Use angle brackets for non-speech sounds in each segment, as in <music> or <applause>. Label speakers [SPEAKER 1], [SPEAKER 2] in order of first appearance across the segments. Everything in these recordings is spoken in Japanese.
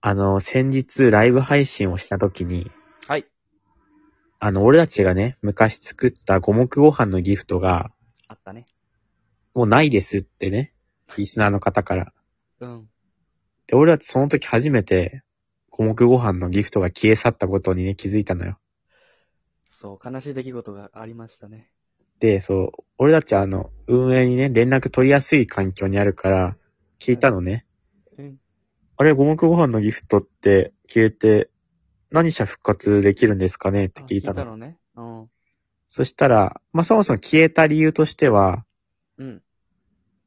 [SPEAKER 1] あの、先日ライブ配信をした時に、
[SPEAKER 2] はい。
[SPEAKER 1] あの、俺たちがね、昔作った五目ご飯のギフトが、
[SPEAKER 2] あったね。
[SPEAKER 1] もうないですって
[SPEAKER 2] <laughs>
[SPEAKER 1] ね、リスナーの方から。
[SPEAKER 2] うん。
[SPEAKER 1] で、俺はその時初めて、五目ご飯のギフトが消え去ったことにね、気づいたのよ。
[SPEAKER 2] そう、悲しい出来事がありましたね。
[SPEAKER 1] で、そう、俺たちはあの、運営にね、連絡取りやすい環境にあるから、聞いたのね。
[SPEAKER 2] うん。
[SPEAKER 1] あれ、五目ご飯のギフトって消えて、何社復活できるんですかねって
[SPEAKER 2] あ
[SPEAKER 1] 聞いたの。
[SPEAKER 2] のね。うん。
[SPEAKER 1] そしたら、まあ、そもそも消えた理由としては、
[SPEAKER 2] うん。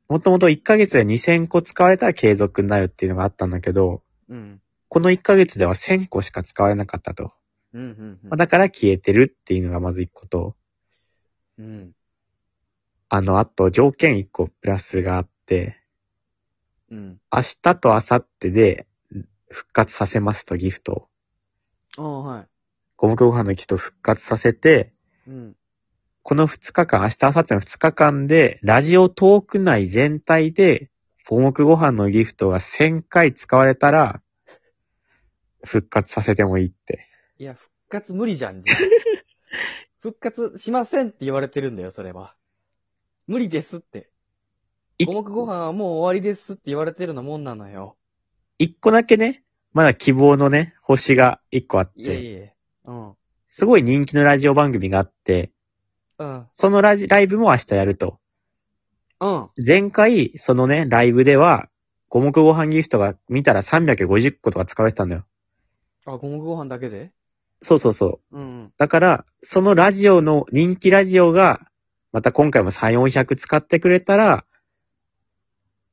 [SPEAKER 1] もともと1ヶ月で2000個使われたら継続になるっていうのがあったんだけど、
[SPEAKER 2] うん。
[SPEAKER 1] この1ヶ月では1000個しか使われなかったと。
[SPEAKER 2] うん。うん。
[SPEAKER 1] まあ、だから消えてるっていうのがまず1個と、
[SPEAKER 2] うん。
[SPEAKER 1] あの、あと条件1個プラスがあって、
[SPEAKER 2] うん。
[SPEAKER 1] 明日と明後日で復活させますとギフトを。
[SPEAKER 2] ああ、はい。
[SPEAKER 1] 五目ご飯のギフトを復活させて、
[SPEAKER 2] うん。
[SPEAKER 1] この2日間、明日、明後日の2日間で、ラジオトーク内全体で、五目ご飯のギフトが1000回使われたら、復活させてもいいって。
[SPEAKER 2] いや、復活無理じゃ
[SPEAKER 1] <laughs>
[SPEAKER 2] ん、じゃあ復活しませんって言われてるんだよ、それは。無理ですって。
[SPEAKER 1] い
[SPEAKER 2] 五目ご飯はもう終わりですって言われてるのもんなのよ。
[SPEAKER 1] 一個だけね、まだ希望のね、星が一個あっ
[SPEAKER 2] いえい
[SPEAKER 1] て、
[SPEAKER 2] え。うん。
[SPEAKER 1] すごい人気のラジオ番組があって、
[SPEAKER 2] うん。
[SPEAKER 1] そのラジ、ライブも明日やると。
[SPEAKER 2] うん。
[SPEAKER 1] 前回、そのね、ライブでは、五目ご飯ギフトが見たら350個とか使われてたんだよ。
[SPEAKER 2] あ、五目ご飯だけで
[SPEAKER 1] そうそうそう。
[SPEAKER 2] うん。
[SPEAKER 1] だから、そのラジオの、人気ラジオが、また今回も3、400使ってくれたら、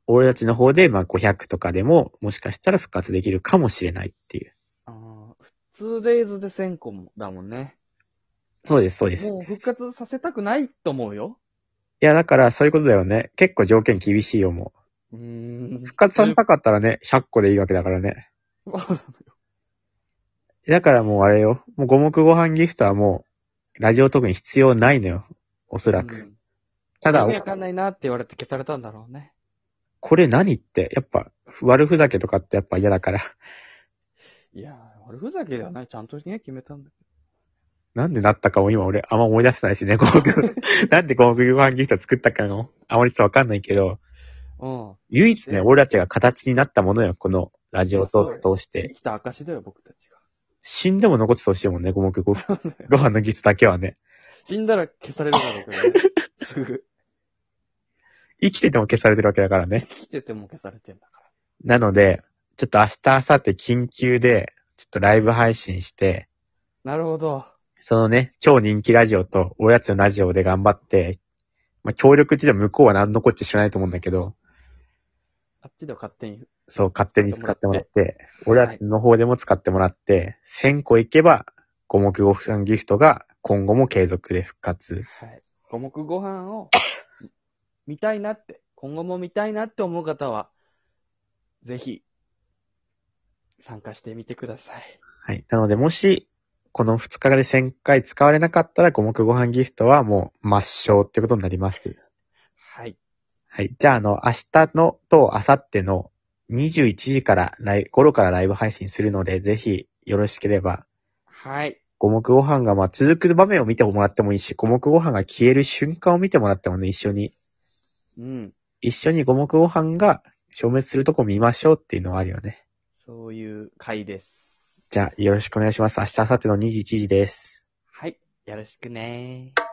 [SPEAKER 1] 俺たちの方で、まあ500とかでも、もしかしたら復活できるかもしれないっていう。
[SPEAKER 2] ああ、普通デイズで1000個も、だもんね。
[SPEAKER 1] そうです、そうです。
[SPEAKER 2] もう復活させたくないと思うよ。
[SPEAKER 1] いや、だから、そういうことだよね。結構条件厳しいよ、も
[SPEAKER 2] うーん
[SPEAKER 1] う。復活されたかったらね、100個でいいわけだから
[SPEAKER 2] <laughs>
[SPEAKER 1] ね。
[SPEAKER 2] そう
[SPEAKER 1] だからもうあれよ。もう五目ご飯ギフトはもう、ラジオ特に必要ないのよ。おそらく。
[SPEAKER 2] うん
[SPEAKER 1] た
[SPEAKER 2] 意
[SPEAKER 1] だ
[SPEAKER 2] 味、わかんないなって言われて消されたんだろうね。
[SPEAKER 1] これ何って、やっぱ、悪ふざけとかってやっぱ嫌だから。 <laughs>
[SPEAKER 2] いやー、俺ふざけではない。ちゃんとね、決めたんだけ
[SPEAKER 1] なんでなったかも今俺、あんま思い出せないし
[SPEAKER 2] <laughs>
[SPEAKER 1] ね、五目。なんで五目ご飯ギフト作ったかの、あまりちょっとわかんないけど、
[SPEAKER 2] ど。
[SPEAKER 1] 唯一ね、俺たちが形になったものよ、このラジオトーク通し
[SPEAKER 2] うん。生
[SPEAKER 1] て。
[SPEAKER 2] きた証だよ、僕たちが。
[SPEAKER 1] 死んでも残っててほしいもんね、五目ごご飯のギフトだけはね。
[SPEAKER 2] <laughs> 死んだら消されるだろうけ <laughs> どね。すぐ。
[SPEAKER 1] 生きてても消されてるわけだからね。
[SPEAKER 2] 生きてても消されてんだか
[SPEAKER 1] なので、ちょっと明日、明後日緊急で、ちょっとライブ配信して、
[SPEAKER 2] ら。なるほど。
[SPEAKER 1] そのね、超人気ラジオと、おやつのラジオで頑張って、まあ、協力って言っても向こうは何のこっちゃ知らないと思うんだけど、
[SPEAKER 2] あっちでは勝手に。
[SPEAKER 1] そう、勝手に使ってもらって、俺たちの方でも使ってもらって、1000個いけば、五目五分ギフトが今後も継続で復活。
[SPEAKER 2] はい。五目ご飯を、見たいなって、今後も見たいなって思う方は、ぜひ、参加してみてください。
[SPEAKER 1] はい。なので、もし、この2日で1000回使われなかったら、五目ご飯ギフトはもう抹消ってことになります。
[SPEAKER 2] はい。
[SPEAKER 1] はい。じゃあ、あの、明日のと明後日の21時からライ、頃からライブ配信するので、ぜひ、よろしければ、
[SPEAKER 2] はい。
[SPEAKER 1] 五目ご飯が、まあ、続く場面を見てもらってもいいし、五目ご飯が消える瞬間を見てもらってもね、一緒に、
[SPEAKER 2] うん。
[SPEAKER 1] 一緒に五目ご飯が消滅するとこ見ましょうっていうのはあるよね。
[SPEAKER 2] そういう回です。
[SPEAKER 1] じゃあ、よろしくお願いします。明日、明後日の21時です。
[SPEAKER 2] はい。よろしくねー。